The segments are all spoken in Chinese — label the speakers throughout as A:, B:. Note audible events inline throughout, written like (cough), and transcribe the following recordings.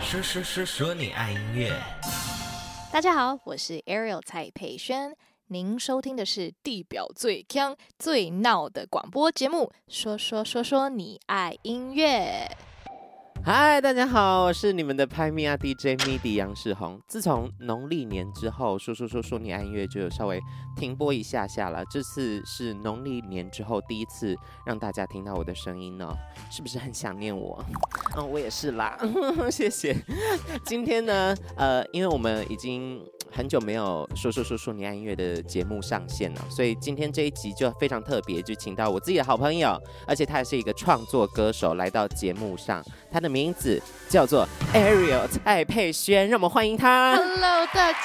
A: 说说说说你爱音乐，
B: 大家好，我是 Ariel 蔡佩轩，您收听的是地表最强最闹的广播节目，说说说说你爱音乐。
C: 嗨，大家好，我是你们的拍米亚 DJ MIDI 杨世宏。自从农历年之后，说说说说你爱音乐就有稍微停播一下下了。这次是农历年之后第一次让大家听到我的声音呢、是不是很想念我？嗯，我也是啦， (laughs) 谢谢。今天呢，呃，因为我们已经很久没有说说说说你爱音乐的节目上线了，所以今天这一集就非常特别，就请到我自己的好朋友，而且他也是一个创作歌手，来到节目上。他的名字叫做 Ariel 蔡佩轩，让我们欢迎他。
B: Hello，大家，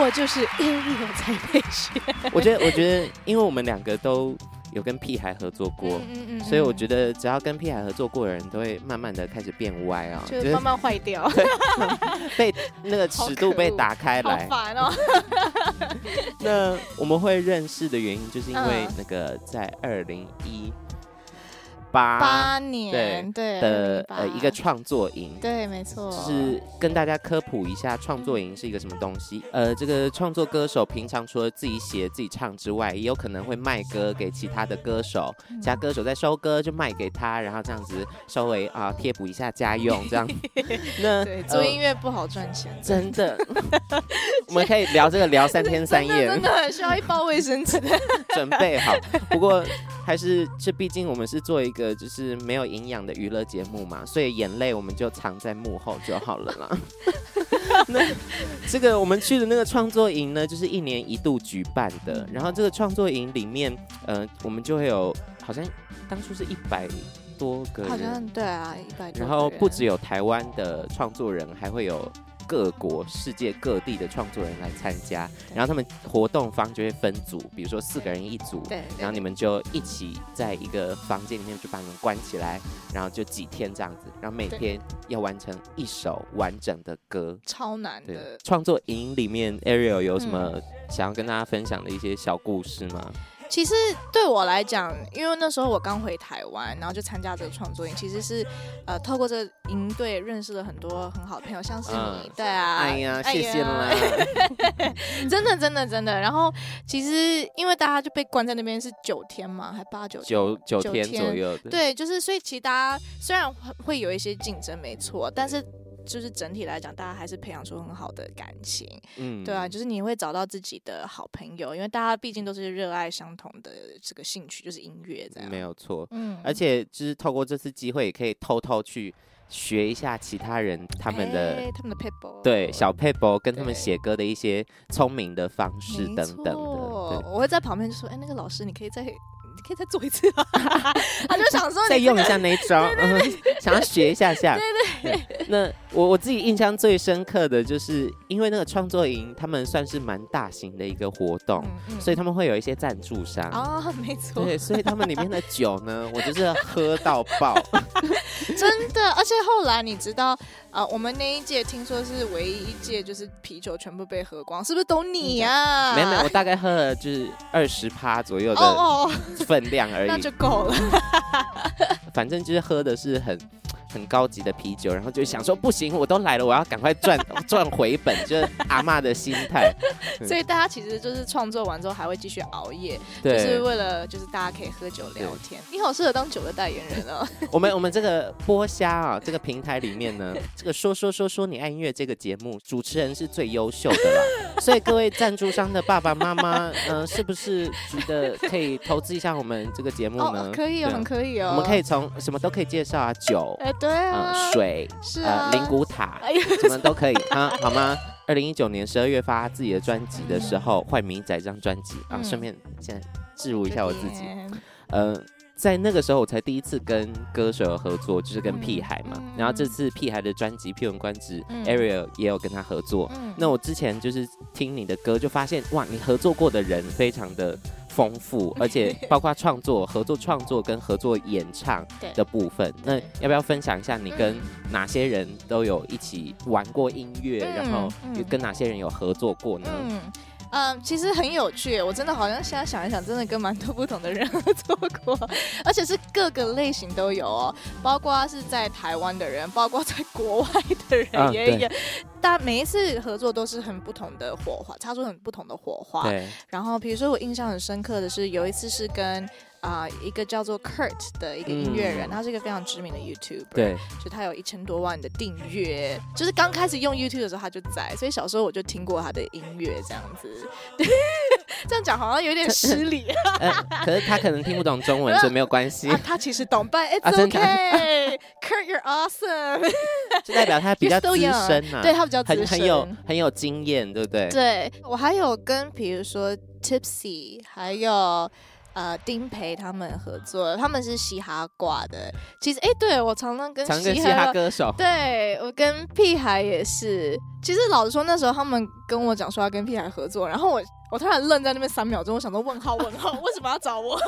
B: 我就是 Ariel 蔡佩轩。
C: (laughs) 我觉得，我觉得，因为我们两个都有跟屁孩合作过，
B: 嗯
C: 所以我
B: 得
C: 觉得只要跟屁孩合作过的人都会慢慢的开始变歪啊、
B: 就是慢慢坏掉， (laughs)
C: 被那个
B: 好
C: 尺度
B: 可
C: 被
B: 恶
C: 打开
B: 好
C: 来。
B: 烦哦。
C: 那我们会认识的原因，就是因为
B: 嗯
C: 那个在二零一八
B: 八年，对
C: 的
B: 2018
C: 呃一个创作营，
B: 对，没错，
C: 就是跟大家科普一下创作营是一个什么东西。呃，这个创作歌手平常除了自己写、自己唱之外，也有可能会卖歌给其他的歌手，
B: 嗯
C: 其他歌手在收歌就卖给他，然后这样子稍微啊贴补一下家用
B: (laughs)
C: 这样。那
B: 对做音
C: 呃
B: 乐不好赚钱，
C: 真
B: (laughs)
C: 的， (laughs) 我们可以聊这个聊三天三
B: 真的 (laughs)
C: 夜，
B: 真的很需要一包卫生纸。 (laughs)
C: 准备好。不过还是这，毕竟我们是做一个就是没有营养的娱乐节目嘛，所以眼泪我们就藏在幕后就好了
B: (laughs)
C: 啦。那这个我们去的那个创作营呢，就是一年一度举办
B: 嗯
C: 的。然后这个创作营里面，呃，我们就会有好像当初是一百多个
B: 好
C: 人，
B: 像对啊，一百多个人。
C: 然后不只有台湾的创作人，还会有各国、世界各地的创作人来参加。
B: 对
C: 然后他们活动方就会分组，比如说四个人一组，
B: 对，对
C: 然后你们就一起在一个房间里面就把你们关起来，然后就几天这样子，然后每
B: 对
C: 天要完成一首完整的歌。
B: 超难
C: 对啊
B: 的，。
C: 创作营里面，Ariel 有什
B: 嗯
C: 么想要跟大家分享的一些小故事吗？
B: 其实对我来讲，因为那时候我刚回台湾，然后就参加这个创作营，其实是呃透过这个营队认识了很多很好的朋友，像是你，
C: 嗯
B: 对啊，
C: 哎呀，谢谢啦
B: 哎！呀 (laughs) 真的真的真的。然后其实因为大家就被关在那边是九天嘛，还八九天
C: 九九
B: 九
C: 天
B: 天
C: 左右的，
B: 对，就是所以其实大家虽然会会有一些竞争，没错，但是就是整体来讲，大家还是培养出很好的感情。
C: 嗯
B: 对啊，就是你会找到自己的好朋友，因为大家毕竟都是热爱相同的这个兴趣，就是音乐这样。
C: 没有错。
B: 嗯
C: 而且就是透过这次机会，也可以偷偷去学一下其他人他们的、
B: 哎他们的 people
C: 对小佩博跟他
B: 对
C: 们写歌的一些聪明的方式
B: 没
C: 等等
B: 错
C: 的。
B: 我会在旁边就说：“哎，那个老师，你可以再你可以再做一次吗？” (laughs) 他就想说哦你
C: 对，(laughs) 再
B: 这
C: 用
B: 个
C: 一下那一招，嗯， (laughs) 想要学一
B: (laughs)
C: 下下。对对那我我自己印象最深刻的就是，因为那个创作营，他们算是蛮大型的一个活动，
B: 嗯嗯
C: 所以他们会有一些赞助商。
B: 啊，没错，
C: 对，所以他们里面的酒呢，我就是喝到
B: (laughs)
C: 爆。
B: 真的。而且后来你知道，呃，我们那一届听说是唯一一届，就是啤酒全部被喝光，是不是都你呀、啊？
C: 嗯没有没有，我大概喝了就是二十趴左右
B: 哦
C: 的 (laughs)
B: 哦，
C: 分量而已。
B: 那就够了。
C: (laughs) 反正就是喝的是很很高级的啤酒，然后就想说不行，我都来了，我要赶快赚 (laughs) 赚回本，就是阿嬷的心态。
B: 所以大家其实就是创作完之后还会继续熬夜，就
C: 对，
B: 是为了就是大家可以喝酒聊天。你好适合当酒的代言人
C: (laughs)
B: 哦。
C: 我们我们这个播虾啊这个平台里面呢， (laughs) 这个说说说说你爱音乐这个节目，主持人是最优秀
B: (laughs)
C: 的啦。所以各位赞助商的爸爸妈妈，嗯、是不是觉得可以投资一下我们这个节目呢？
B: 哦，可以哦，
C: 对啊
B: 很可以哦。
C: 我们可以，从什么都可以介绍啊，酒，
B: 哎，对
C: 嗯、
B: 啊，
C: 水，
B: 是啊
C: 呃，，灵骨塔，
B: 哎呀，
C: 什么都可以啊，好吗？二零一九年十二月发自己的专辑的时候，《坏迷仔》这张专辑啊，
B: 嗯
C: 顺便现在置入一下我自己。
B: 点
C: 呃，在那个时候我才第一次跟歌手有合作，就是跟
B: 嗯
C: 屁孩嘛
B: 嗯。
C: 然后这次屁孩的专辑《屁文官职
B: 嗯》
C: ，Ariel 也有跟他合作。
B: 嗯
C: 那我之前就是听你的歌，就发现哇，你合作过的人非常的丰
B: (laughs)
C: 富，而且包括创作、合作创作跟合作演唱
B: 对
C: 的部分。那要不要分享一下你跟哪些人都有一起玩过音乐，
B: 嗯
C: 然后
B: 嗯
C: 有跟哪些人有合作过呢？
B: 嗯。嗯，其实很有趣，我真的好像现在想一想，真的跟蛮多不同的人合作过， (laughs) 而且是各个类型都有哦，包括是在台湾的人，包括在国外的
C: 啊
B: 人也
C: 对
B: 有，但每一次合作都是很不同的火花，擦出很不同的火花。
C: 对，
B: 然后，比如说我印象很深刻的是，有一次是跟啊、一个叫做 Kurt 的一个音乐人，
C: 嗯
B: 他是一个非常知名的 YouTuber，
C: 对，
B: 就他有一千多万的订阅，就是刚开始用 YouTube 的时候他就在，所以小时候我就听过他的音乐这样子。 (laughs) 这样讲好像有点失
C: (laughs)
B: 礼啊！
C: 呃，可是他可能听不懂中
B: (laughs)
C: 文，所以没有关系，
B: 他其实懂，但 it's
C: 啊真的
B: okay，Kurt you're awesome，
C: 就代表他比较
B: You're still
C: 资
B: young
C: 深嘛，
B: 对他比较资
C: 啊很很有
B: 深。
C: 很有经验，对不对？
B: 对我还有跟比如说 Tipsy，还有呃丁培他们合作，他们是嘻哈挂的。其实哎，对我常常跟
C: 常跟
B: 嘻
C: 嘻
B: 哈
C: 哈歌手，
B: 对我跟屁孩也是，其实老实说，那时候他们跟我讲说要跟屁孩合作，然后我我突然愣在那边三秒钟，我想说问号问号，为什么要找我？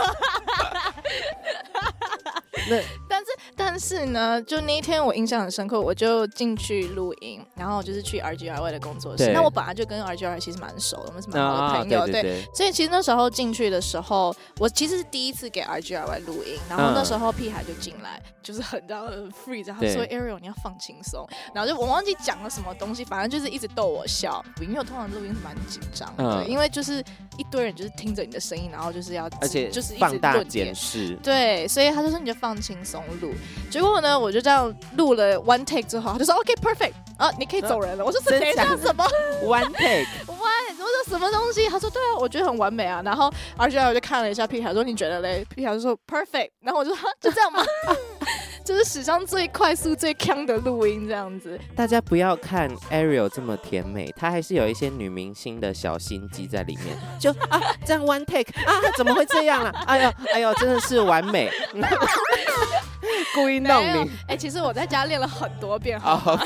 C: 那
B: (laughs) 但是但是呢，就那一天我印象很深刻，我就进去录音，然后就是去 R G R Y 的工作室。
C: 对
B: 那我本来就跟 R G R 其实蛮熟的，我们是蛮好的朋友，
C: 啊对对对，
B: 所以其实那时候进去的时候，我其实是第一次给 R G R Y 录音，然后
C: 嗯
B: 那时候屁孩就进来，就是很然后很 free，然后
C: 对
B: 说 Ariel 你要放轻松，然后就我忘记讲了什么东西，反正就是一直逗我笑，因为我通常录音是蛮紧张的，
C: 嗯
B: 对因为就是一堆人就是听着你的声音，然后就是要
C: 而且
B: 就是一直
C: 放大
B: 论点
C: 检视，
B: 对，所以他就说你就放轻松录。结果呢，我就这样录了 one take 之后，他就说 OK perfect 啊，你可以走人了。我说是
C: 真
B: 等一下
C: 假的
B: 什么？
C: one take，
B: 哇，我说什么东西？他说对啊，我觉得很完美啊。然后 R G R 我就看了一下 P 海，说你觉得嘞？P 海就说 perfect。然后我就说哈就这样吗？ (laughs) 就是史上最快速、最强的录音这样子。
C: 大家不要看 Ariel 这么甜美，她还是有一些女明星的小心机在里面。就啊，这样 one take 啊，怎么会这样啊？ (laughs) 哎呦，哎呦，真的是完美，故意弄
B: 没有
C: 你。，
B: 哎、其实我在家练了很多遍。好
C: 哦
B: 吗，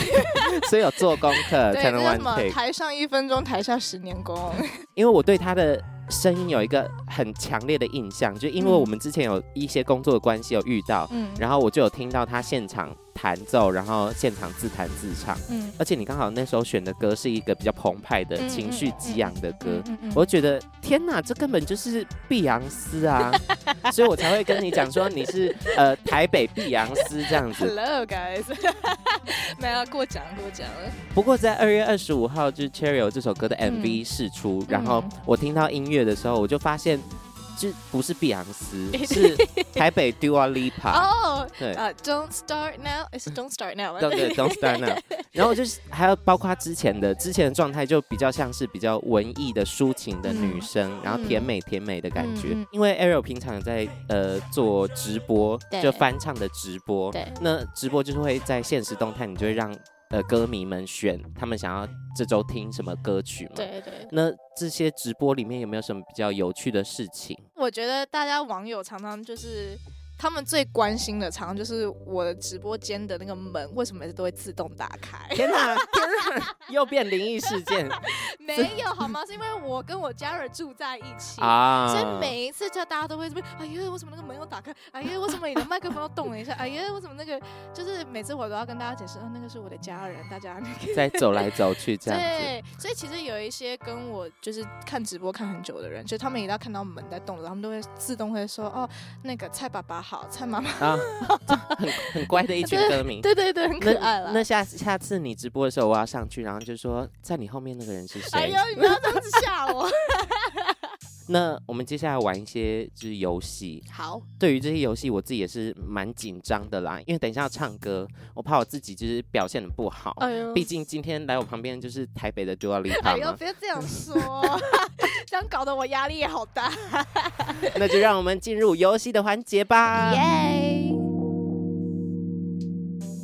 C: 所以有做功课
B: 对，这
C: 才能
B: 叫
C: one
B: 什么？
C: take。
B: 台上一分钟，台下十年功。
C: 因为我对他的声音有一个很强烈的印象，就因为
B: 嗯
C: 我们之前有一些工作的关系有遇到，
B: 嗯
C: 然后我就有听到他现场弹奏，然后现场自弹自唱。
B: 嗯
C: 而且你刚好那时候选的歌是一个比较澎湃的
B: 嗯嗯
C: 情绪激昂的歌，
B: 嗯嗯
C: 我觉得天哪，这根本就是碧昂斯啊！所以我才会跟你讲说你是呃台北碧昂斯这样子。
B: Hello guys，没 (laughs) 有过奖过奖了。
C: 不过在二月二十五号，就是《Cheerio》这首歌的
B: 嗯
C: MV 试出，然后我听到音乐的时候，我就发现。就不是碧昂
B: (laughs)
C: 斯，是台北 Dua Lipa，
B: 哦，
C: 对
B: 呃，Don't start now，is Don't start now 吗。
C: 对
B: (laughs)
C: 对，Don't Start Now。然后就是还有包括她之前的，之前的状态就比较像是比较文艺的、抒情的女生，然后甜美甜美的感觉。
B: 嗯嗯
C: 因为 Ariel 平常有在呃做直播，
B: 对
C: 就翻唱的直播。
B: 对
C: 那直播就是会在现实动态，你就会让呃歌迷们选他们想要这周听什么歌曲嘛。。
B: 对对，
C: 那这些直播里面有没有什么比较有趣的事情？
B: 我觉得大家网友常常就是。他们最关心的，常常就是我的直播间的那个门为什么每次都会自动打开？ (laughs)
C: 天哪！天哪！又变灵异事件
B: 没有好吗？是因为我跟我家人住在一起，
C: (laughs) 啊！
B: 所以每一次就大家都会这边，哎呀，为什么那个门又打开？哎呀，为什么你的麦克风又动了一下？哎呀，为什么那个？就是每次我都要跟大家解释，哦，那个是我的家人，大家那个。
C: 在走来走去这样子。
B: 对，所以其实有一些跟我就是看直播看很久的人，就他们一到看到门在动的时候，他们都会自动会说哦，那个蔡爸爸好，蔡妈妈，
C: 啊，很很乖的一群歌 (laughs)
B: (laughs)
C: 迷。
B: 对对对，很可爱了 (laughs)
C: 那。那下次下次你直播的时候，我要上去，然后就说在你后面那个人是
B: 哎
C: 谁
B: 呦？，你不要这样子吓
C: (laughs)
B: 我。
C: 那我们接下来玩一些就是游戏。
B: 好，
C: 对于这些游戏，我自己也是蛮紧张的啦，因为等一下要唱歌，我怕我自己就是表现的不好。
B: 哎呦
C: 毕，竟今天来我旁边就是台北的
B: 哎
C: Dua Lipa
B: 呦， (laughs)
C: 嘛，
B: 不要这样
C: (laughs)
B: 说，这样搞得我压力也好大。
C: 那就让我们进入游戏的环节吧。
B: 耶，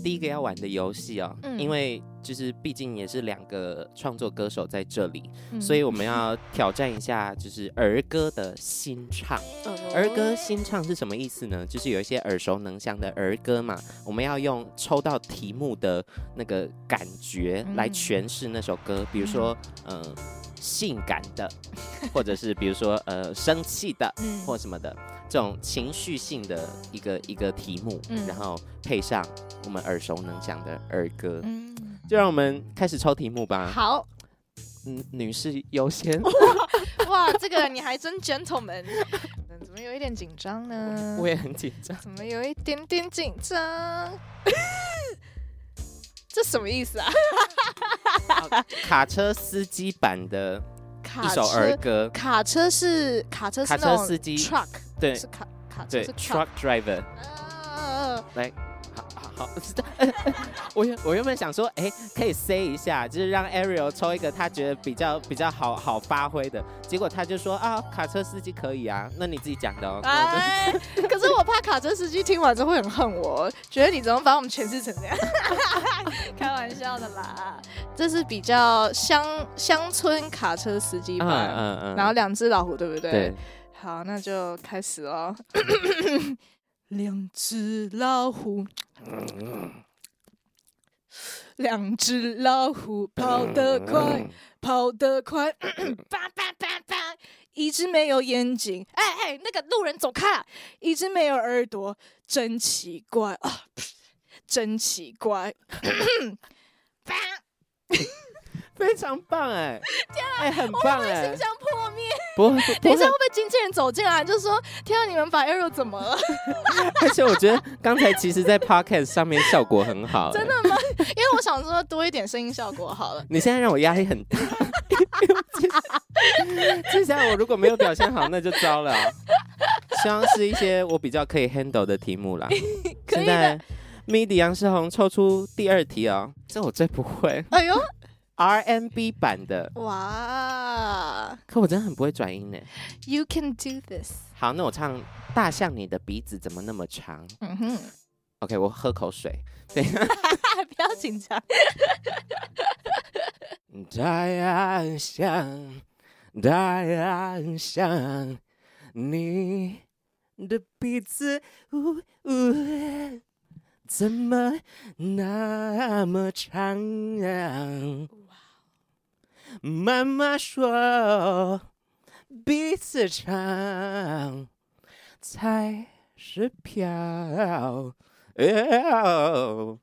C: 第一个要玩的游戏哦，
B: 嗯
C: 因为就是毕竟也是两个创作歌手在这里，
B: 嗯
C: 所以我们要挑战一下，就是儿歌的新唱。
B: 嗯
C: 儿歌新唱是什么意思呢？就是有一些耳熟能详的儿歌嘛，我们要用抽到题目的那个感觉
B: 嗯
C: 来诠释那首歌，比如说，呃，性感的， (laughs) 或者是比如说，呃，生气的，
B: 嗯
C: 或什么的这种情绪性的一个一个题目，
B: 嗯
C: 然后配上我们耳熟能详的儿歌，
B: 嗯，
C: 啊就让我们开始抽题目吧。
B: 好，
C: 嗯女士优
B: (laughs)
C: 先。
B: 哇，这个你还真 gentleman，嗯 (laughs) 怎么有一点紧张呢？
C: 我也很紧张。
B: 怎么有一点点紧张？ (laughs) 这什么意思啊？
C: 卡车司机版的一
B: 卡
C: 首儿歌，
B: 卡车是卡车是
C: 卡
B: 那
C: 车
B: 种
C: 司机
B: truck，
C: 对
B: 是卡卡车
C: 对
B: 是 truck。
C: ，truck driver。
B: 啊
C: 好好好， (laughs) 我原我原本想说，哎、可以 say 一下，就是让 Ariel 抽一个他觉得比较比较好好发挥的，结果他就说啊，卡车司机可以啊，那你自己讲的哦。那我就
B: 哎，可是我怕卡车司机听完之后会很恨我，觉得你怎么把我们诠释成这样？ (laughs) 开玩笑的啦，这是比较乡乡村卡车司机
C: 嗯
B: 吧。
C: 嗯嗯，
B: 然后两只老虎，对不对？
C: 对，
B: 好，那就开始喽。 (coughs) 两只老虎，两只老虎跑得快，跑得快， (coughs) 叭叭叭叭。一只没有眼睛，哎哎，那个路人走开啊！一只没有耳朵，真奇怪啊， (coughs) 真奇怪。叭，
C: 非常棒哎、哎、很棒哎、
B: 心想破灭。
C: 不会
B: 等
C: 不
B: 一下
C: 会
B: 会，不会经纪人走进来就说：“天啊，你们把 Arrow 怎么了？”
C: 而且我觉得刚才其实，在 podcast 上面效果很
B: (laughs)
C: 好、
B: 真
C: 的。
B: 因为我想说多一点声音效果好了。
C: 你现在让我压力很大， (laughs) 接下来我如果没有表现好，那就糟了。啊希望是一些我比较可以 handle 的题目啦。
B: (laughs) 可
C: 现
B: 以
C: 在
B: 的
C: MIDI 杨世宏抽出第二题哦，这我最不会
B: 哎呦，
C: ，R&B 版的，
B: 哇
C: 可我真的很不会转音呢。
B: ，You can do this。
C: 好，那我唱《大象你的鼻子怎么那么长》。
B: 嗯哼，
C: OK，我喝口水。
B: (laughs) 不要紧张。
C: 大象，大象，你的鼻子呜呜，怎么那么长、啊？妈妈说，鼻子长才是漂亮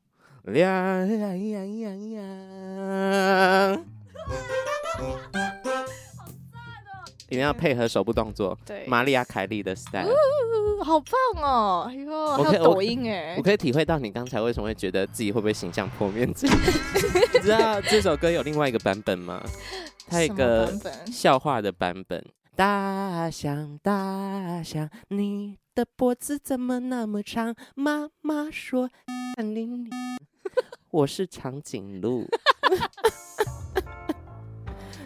C: 一定要配合手部动作，
B: 啊对，
C: 玛利亚凯莉的 style。
B: 呜好棒哦！哎呦，
C: 可
B: 还
C: 以
B: 有抖音哎
C: 我，可以体会到你刚才为什么会觉得自己会不会形象破灭
B: (laughs)
C: 之类的。你知道这首歌有另外一个版本吗？它有一
B: 什么
C: 个
B: 版本
C: 笑话的版本。大象，大象，你的脖子怎么那么长？妈妈说，看你，你我是长
B: (laughs)
C: 颈鹿。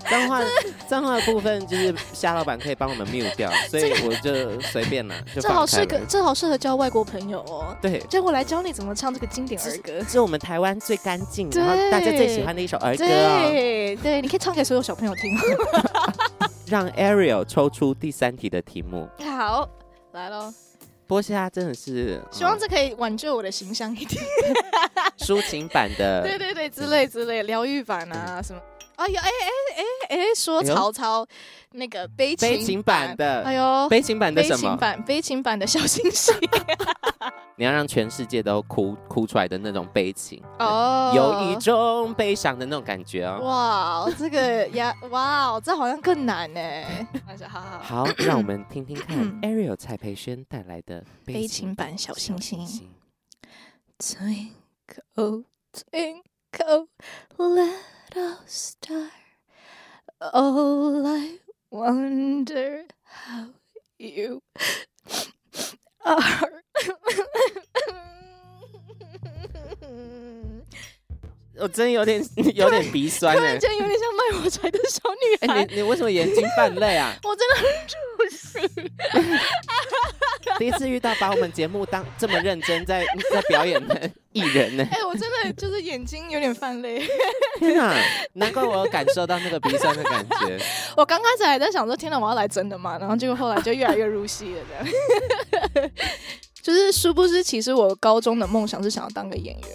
C: 脏话，脏话的部分就是夏老板可以帮我们
B: (laughs)
C: mute 掉，所以我就随便啦，就
B: 这好
C: 放开
B: 适合
C: 了。
B: 这好适合交外国朋友哦。
C: 对，
B: 就我来教你怎么唱这个经典儿歌。
C: 是我们台湾最干净，
B: 对
C: 然后大家最喜欢的一首儿歌哦。
B: 对对，你可以唱给所有小朋友听。
C: 让 Ariel 抽出第三题的题目。
B: (laughs) 好，来喽，
C: 不过现在真的是
B: 希望这可以挽救我的形象一点。
C: 嗯抒情版的，
B: (laughs) 对对对，之类之类，疗愈版啊什么。哎呀，哎哎哎哎，说
C: 哎呦
B: 曹操那个悲情
C: 悲情版的
B: 哎呦，
C: 悲情版的
B: 悲
C: 什
B: 情
C: 么？
B: 版悲情版的小星星
C: 你要让全世界都哭哭出来的那种悲情，
B: 哦，
C: 有一种悲伤的那种感觉哦。
B: 哇，这个呀，哇，这好像更难呢。好好好， (clears throat)
C: 好，让我们听听看 Ariel 蔡培轩带来的
B: 悲情版嗯小星星。Twinkle, twinkle, little star, all I wonder how you are.
C: 我真有点 (laughs) 有点鼻
B: (laughs)
C: 酸
B: 突
C: 哎
B: 然、间有点像卖火柴的小女
C: 哎、
B: 孩，
C: 你你为什么眼睛泛泪啊？
B: (laughs)
C: (laughs)
B: 我真的很出戏。
C: 第一次遇到把我们节目当这么认真在 (laughs) 在表演的艺人
B: (laughs)
C: 呢、
B: 哎、我真的就是眼睛有点泛泪。 (laughs)
C: 天哪，难怪我有感受到那个鼻酸的感觉。
B: 我刚开始还在想说，天哪，我要来真的吗？然后结果后来就越来越入戏了，这样。 (laughs) 就是殊不知，其实我高中的梦想是想要当个演员。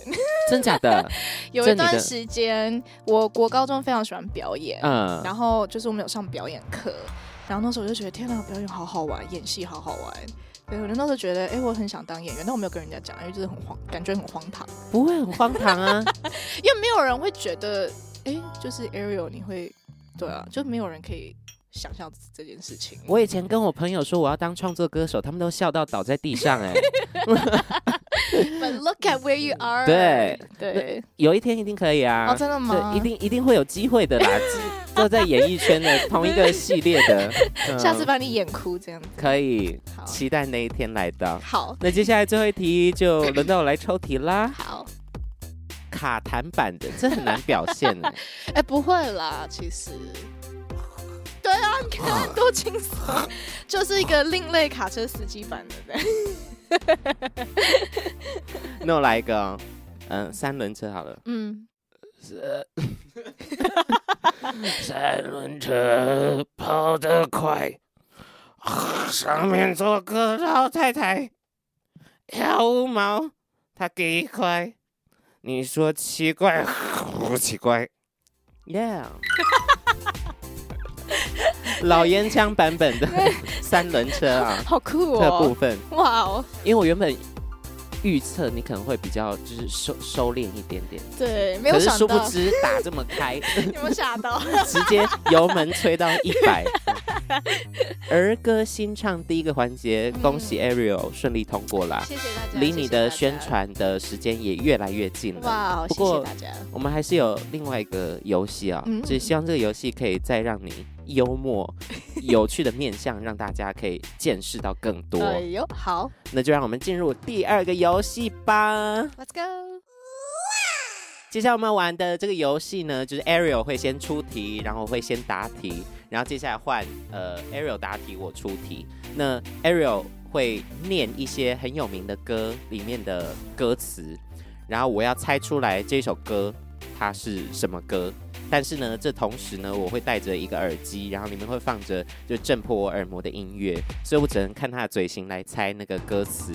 C: 真假的？
B: 有
C: 这
B: 一
C: 你的
B: 段时间，我国高中非常喜欢表演，
C: 嗯，
B: 然后就是我们有上表演课，然后那时候我就觉得天哪，表演好好玩，演戏好好玩。对，我就那时候觉得，哎、我很想当演员，但我没有跟人家讲，因为就是很荒，感觉很荒唐，
C: 不会很荒唐啊。 (laughs)
B: 因为没有人会觉得，哎、就是 Ariel 你会对啊，就没有人可以想象这件事情。
C: 我以前跟我朋友说我要当创作歌手，他们都笑到倒在地上、
B: (laughs)
C: 哎，
B: But look at where you are
C: 对
B: 对，
C: 有一天一定可以啊，
B: 哦，真的吗？
C: 对，一定一定会有机会的啦，
B: (laughs)
C: 都在演艺圈的同一个系列的，嗯
B: 下次把你演哭这样子。
C: 可以
B: 好，
C: 期待那一天来到。
B: 好，
C: 那接下来最后一题就轮到我来抽题啦，
B: (laughs) 好，
C: 卡弹版的，这很难表现哎、
B: 哎，不会啦，其实。对
C: (laughs)
B: 啊，你看多轻松，就是一个另类卡车司机版的对。
C: 那我来一个哦、嗯，三轮车好了。
B: 嗯，
C: 三轮车跑得快，上面坐个老太太，要五毛，她给一块，你说奇怪不奇怪？Yeah 。老烟枪版本的三轮车啊， (laughs)
B: 好酷
C: 这部
B: 哦！
C: 分，
B: 哇哦，
C: 因为我原本预测你可能会比较就是收收敛一点点，
B: 对，没有
C: 可是
B: 想
C: 殊不
B: 到，
C: 知打这么开，
B: (laughs) 有没有吓到？
C: 直接油门吹到一
B: (laughs)
C: 百。儿歌新唱第一个环节，恭喜 Ariel 顺利通过啦，
B: 谢嗯谢大家，
C: 离你
B: 谢谢大
C: 的
B: 家
C: 宣，传的时间也越来越近了。
B: 哇哦，
C: 不
B: 谢
C: 过
B: 谢大家。
C: 我们还是有另外一个游戏啊，
B: 嗯
C: 就是希望这个游戏可以再让你幽默、有趣的面向，让大家可以见识到更
B: (laughs)
C: 多。
B: 哎呦，好
C: 那就让我们进入第二个游戏吧。
B: ，Let's go。
C: 接下来我们玩的这个游戏呢，就是 Ariel 会先出题，然后我会先答题，然后接下来换呃 Ariel 答题，我出题。那 Ariel 会念一些很有名的歌里面的歌词，然后我要猜出来这首歌它是什么歌。但是呢，这同时呢，我会戴着一个耳机，然后里面会放着就震破我耳膜的音乐，所以我只能看他的嘴型来猜那个歌词，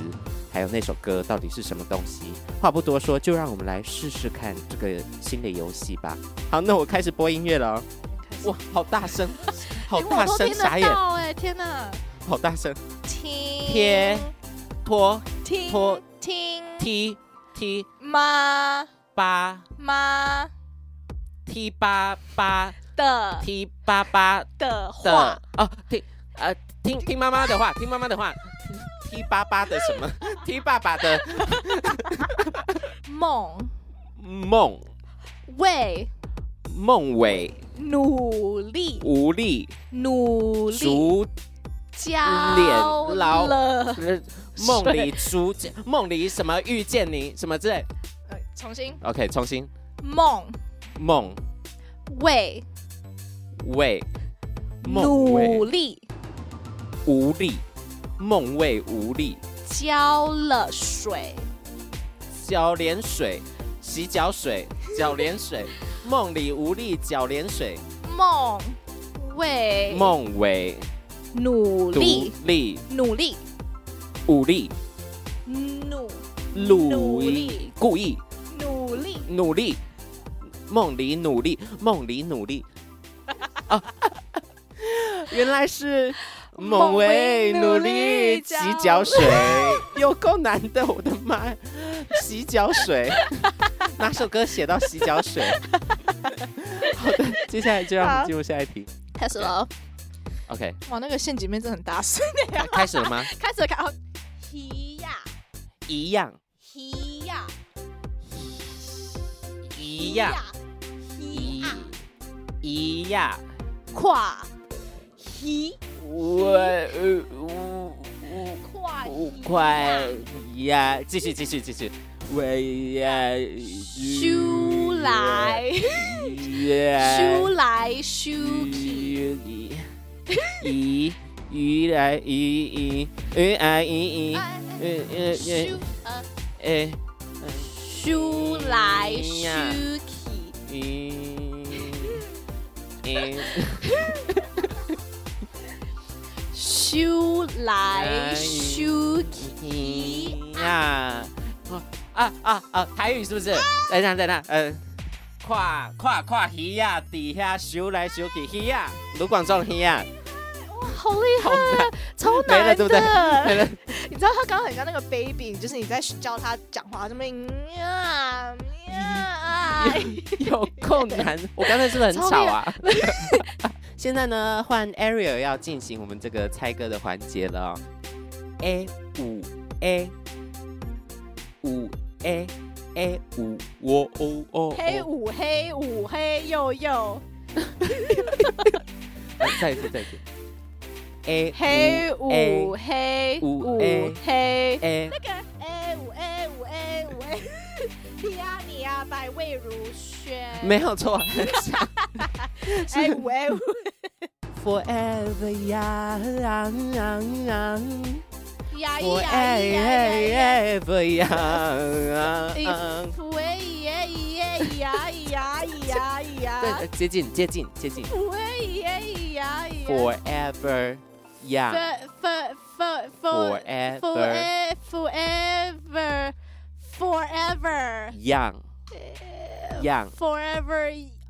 C: 还有那首歌到底是什么东西。话不多说，就让我们来试试看这个新的游戏吧。好，那我开始播音乐了哦。哇，好大声，好
B: 连我
C: 哦大
B: 都
C: 声，
B: 听
C: 傻
B: 得
C: 眼，
B: 到哎，天哪！
C: (laughs) 好大声，
B: 听
C: 贴拖
B: 听
C: 拖
B: 听
C: 踢踢
B: 妈
C: 八
B: 妈
C: 踢八八
B: 的
C: 踢八八
B: 的话
C: 的，哦，听呃听听妈妈的话，听妈妈的话，踢爸爸的什么？踢爸爸的
B: 梦
C: 梦
B: 为
C: 梦伟
B: 努力
C: 无力
B: 努力
C: 竹
B: 交
C: 脸劳
B: 了。
C: 呃梦里竹梦里什么遇见你什么之类。
B: 呃重新
C: OK，重新
B: 梦
C: 梦
B: 为
C: 伟梦
B: 努
C: 伟
B: 力
C: 无力梦伟无力
B: 浇了水，
C: 脚连水洗脚
B: (laughs)
C: 水脚连水梦里无力脚连水
B: 梦为
C: 梦伟
B: 努
C: 独
B: 力
C: 立
B: 努力
C: 武力
B: 努
C: 努
B: 努力
C: 故意
B: 努力
C: 努力，梦里努力，梦里努 (laughs) 力。啊， (laughs) 原来是
B: 猛
C: 猛
B: 为
C: 为
B: 努
C: 努
B: 力
C: 力洗脚水，有够难的，我的妈！洗脚 (laughs) 水，哪首歌写到洗脚 (laughs) 水？好的，接下来就让我
B: 好
C: 们进入下一题。
B: 开始了。
C: OK，啊
B: 哇，那个陷阱妹真的很大声。
C: 开始了吗？
B: (laughs) 开始了看哦，提呀
C: 一样，
B: 提呀
C: 一样，
B: 提
C: 一
B: 呀，
C: 一样，
B: 啊跨提
C: 我呃我我。
B: 跨
C: 五
B: 提
C: 块
B: 呀
C: 呀！继续继续继续，喂呀！
B: 修来
C: 呀！
B: 修来修去，
C: 鱼鱼鱼来鱼鱼鱼来鱼鱼
B: 哎哎
C: 呃呃
B: 修呃
C: 哎
B: 修来修去，
C: 鱼鱼
B: 修来修去，
C: 呀！啊啊啊！台语是不是？等一下等一下，嗯。跨跨跨鱼呀，底下游来游去鱼啊呀，卢广仲鱼啊呀，
B: 好厉
C: 好难。
B: 害，超
C: 没了
B: 难
C: 对不对
B: 的。
C: 对了
B: 你知道他刚刚很像那个 baby，就是你在教他讲话，这么呀呀啊爱。
C: (laughs) 有够难。我刚才是不是很吵啊？ (laughs) 现在呢，换 Ariel 要进行我们这个猜歌的环节了、哦。A 五 A 五 A A 五，哎我哦哦，
B: 黑
C: 哦
B: 五黑五黑又又
C: 呃再一次，再一次。A 哎
B: 黑
C: 五 A
B: 五黑
C: 五
B: 五
C: A
B: 黑
C: A
B: 那个 A 五 A 五 A 五 A，你呀你呀百味如轩。
C: 没有错，很像
B: A 五 A 五
C: (laughs) Forever
B: 哎呀
C: Young。
B: 咿
C: 我
B: 呀哎咿呀咿呀。哎
C: ever young。
B: 五 A 咿呀咿呀咿呀咿呀咿呀咿呀
C: 对，。接近，接近，接近。
B: 五 A 咿呀咿哎呀咿呀。
C: Forever young。
B: For for for for
C: Forever
B: forever forever forever
C: young young。
B: forever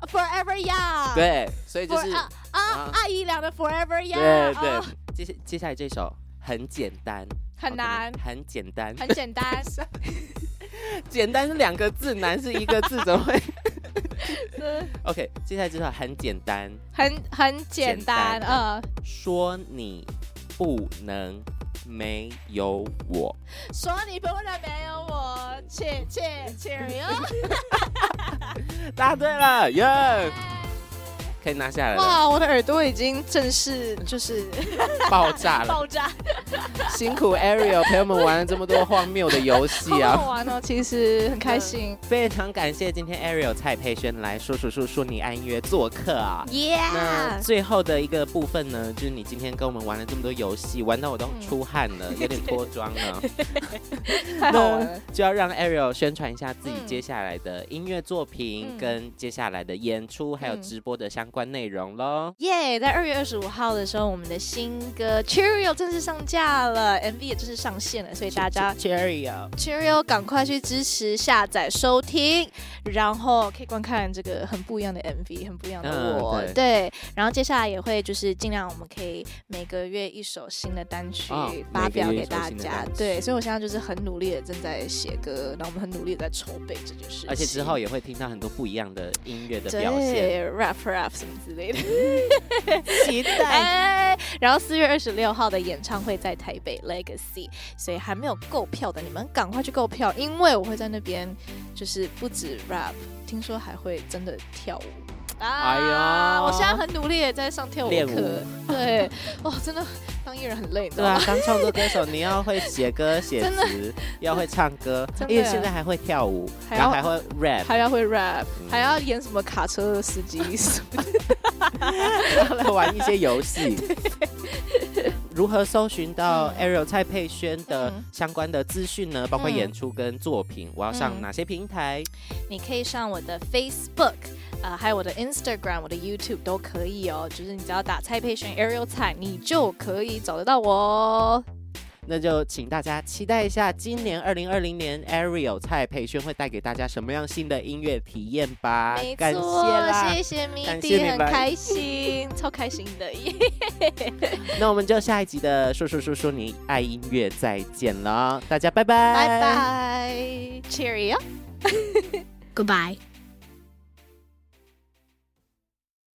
B: forever young。
C: 对，所以就
B: For- uh,
C: 是
B: 啊啊
C: 啊
B: 爱姨娘的 Forever Uh, 呀，
C: 对
B: 啊
C: 对。接下接下来这首很简单，
B: 很
C: 好
B: 难
C: 对很简单，
B: 很简单，
C: (laughs) 简单是两个字，难是一个字，怎么会
B: 嗯
C: (laughs) ？OK，接下来这首很简单，
B: 很很简单，
C: 简单
B: 嗯，
C: 说你不能没有我。
B: 说你不能没有我，切切切哟，
C: (laughs) 答对了，耶、可以拿下来了。
B: 哇，我的耳朵已经正式就是
C: 爆炸了！
B: (laughs) 爆 (laughs) 炸，
C: 辛苦 Ariel 陪我们玩了这么多荒谬的游戏
B: 好好
C: 啊！
B: 玩 (laughs) 哦，其实很开心，
C: 非常感谢今天 Ariel 蔡佩轩来说说说说你爱音乐做客啊！那
B: Yeah，
C: 最后的一个部分呢，就是你今天跟我们玩了这么多游戏，玩到我都出汗
B: (laughs)
C: 了，有点脱妆了，
B: 太好玩了，
C: (laughs) 就要让 Ariel 宣传一下自己
B: 嗯
C: 接下来的音乐作品、
B: 嗯
C: 跟接下来的演出还有
B: 嗯
C: 直播的相关内容喽。
B: 耶！在二月二十五号的时候，我们的新歌《Cheerio》正式上架了，MV 也正式上线了，所以大家
C: Cheerio，
B: Cheerio，赶快去支持下载收听，然后可以观看这个很不一样的 MV，很不一样的我。
C: 嗯
B: 对，然后接下来也会就是尽量我们可以每个月一首新的单曲
C: 哦
B: 发表
C: 每个
B: 给
C: 月一首
B: 大
C: 新的
B: 家
C: 单曲。
B: 对，所以我现在就是很努力的正在写歌，然后我们很努力的在筹备这件事情，
C: 而且之后也会听到很多不一样的音乐的表现。嗯
B: 对啊 rap rap 什么之类的。
C: 期
B: (laughs) 哎，然后四月二十六号的演唱会在台北 Legacy，所以还没有购票的，你们赶快去购票，因为我会在那边，就是不止 rap，听说还会真的跳舞。啊！
C: 哎呀
B: 我现在很努力也在上跳舞
C: 练舞
B: 课，对，哦，真的当艺人很累，你知
C: 对
B: 道
C: 啊
B: 吗？，
C: 当创作歌手，你要会写歌、
B: (laughs)
C: 写
B: 真的
C: 词，要会唱歌，
B: 真的
C: 因为现在还会跳舞，
B: 还
C: 然后还
B: 要
C: 会 rap，
B: 还要会 rap，
C: 嗯
B: 还要演什么卡车的司机 (laughs) 什么的，
C: 还来玩一些
B: (laughs)
C: 游戏。如何搜寻到 Ariel 蔡佩轩的
B: 嗯
C: 相关的资讯呢？包括
B: 嗯
C: 演出跟作品，我要上
B: 嗯
C: 哪些平台？
B: 你可以上我的 Facebook，呃，还有我的 Instagram、我的 YouTube 都可以哦。就是你只要打蔡佩璇 Ariel 蔡，你就可以找得到我哦。
C: 那就请大家期待一下，今年二零二零年 Ariel 蔡佩轩会带给大家什么样新的音乐体验吧
B: 没？
C: 啊感谢
B: 错，
C: 啦！
B: 谢谢米
C: 感谢
B: 迪，
C: 你
B: 很
C: 们
B: 开心，
C: (laughs)
B: 超开心的耶！
C: 那我们就下一集的说说说说你爱音乐再见了，大家拜
B: 拜拜，Cheerio。 (laughs)
D: Goodbye.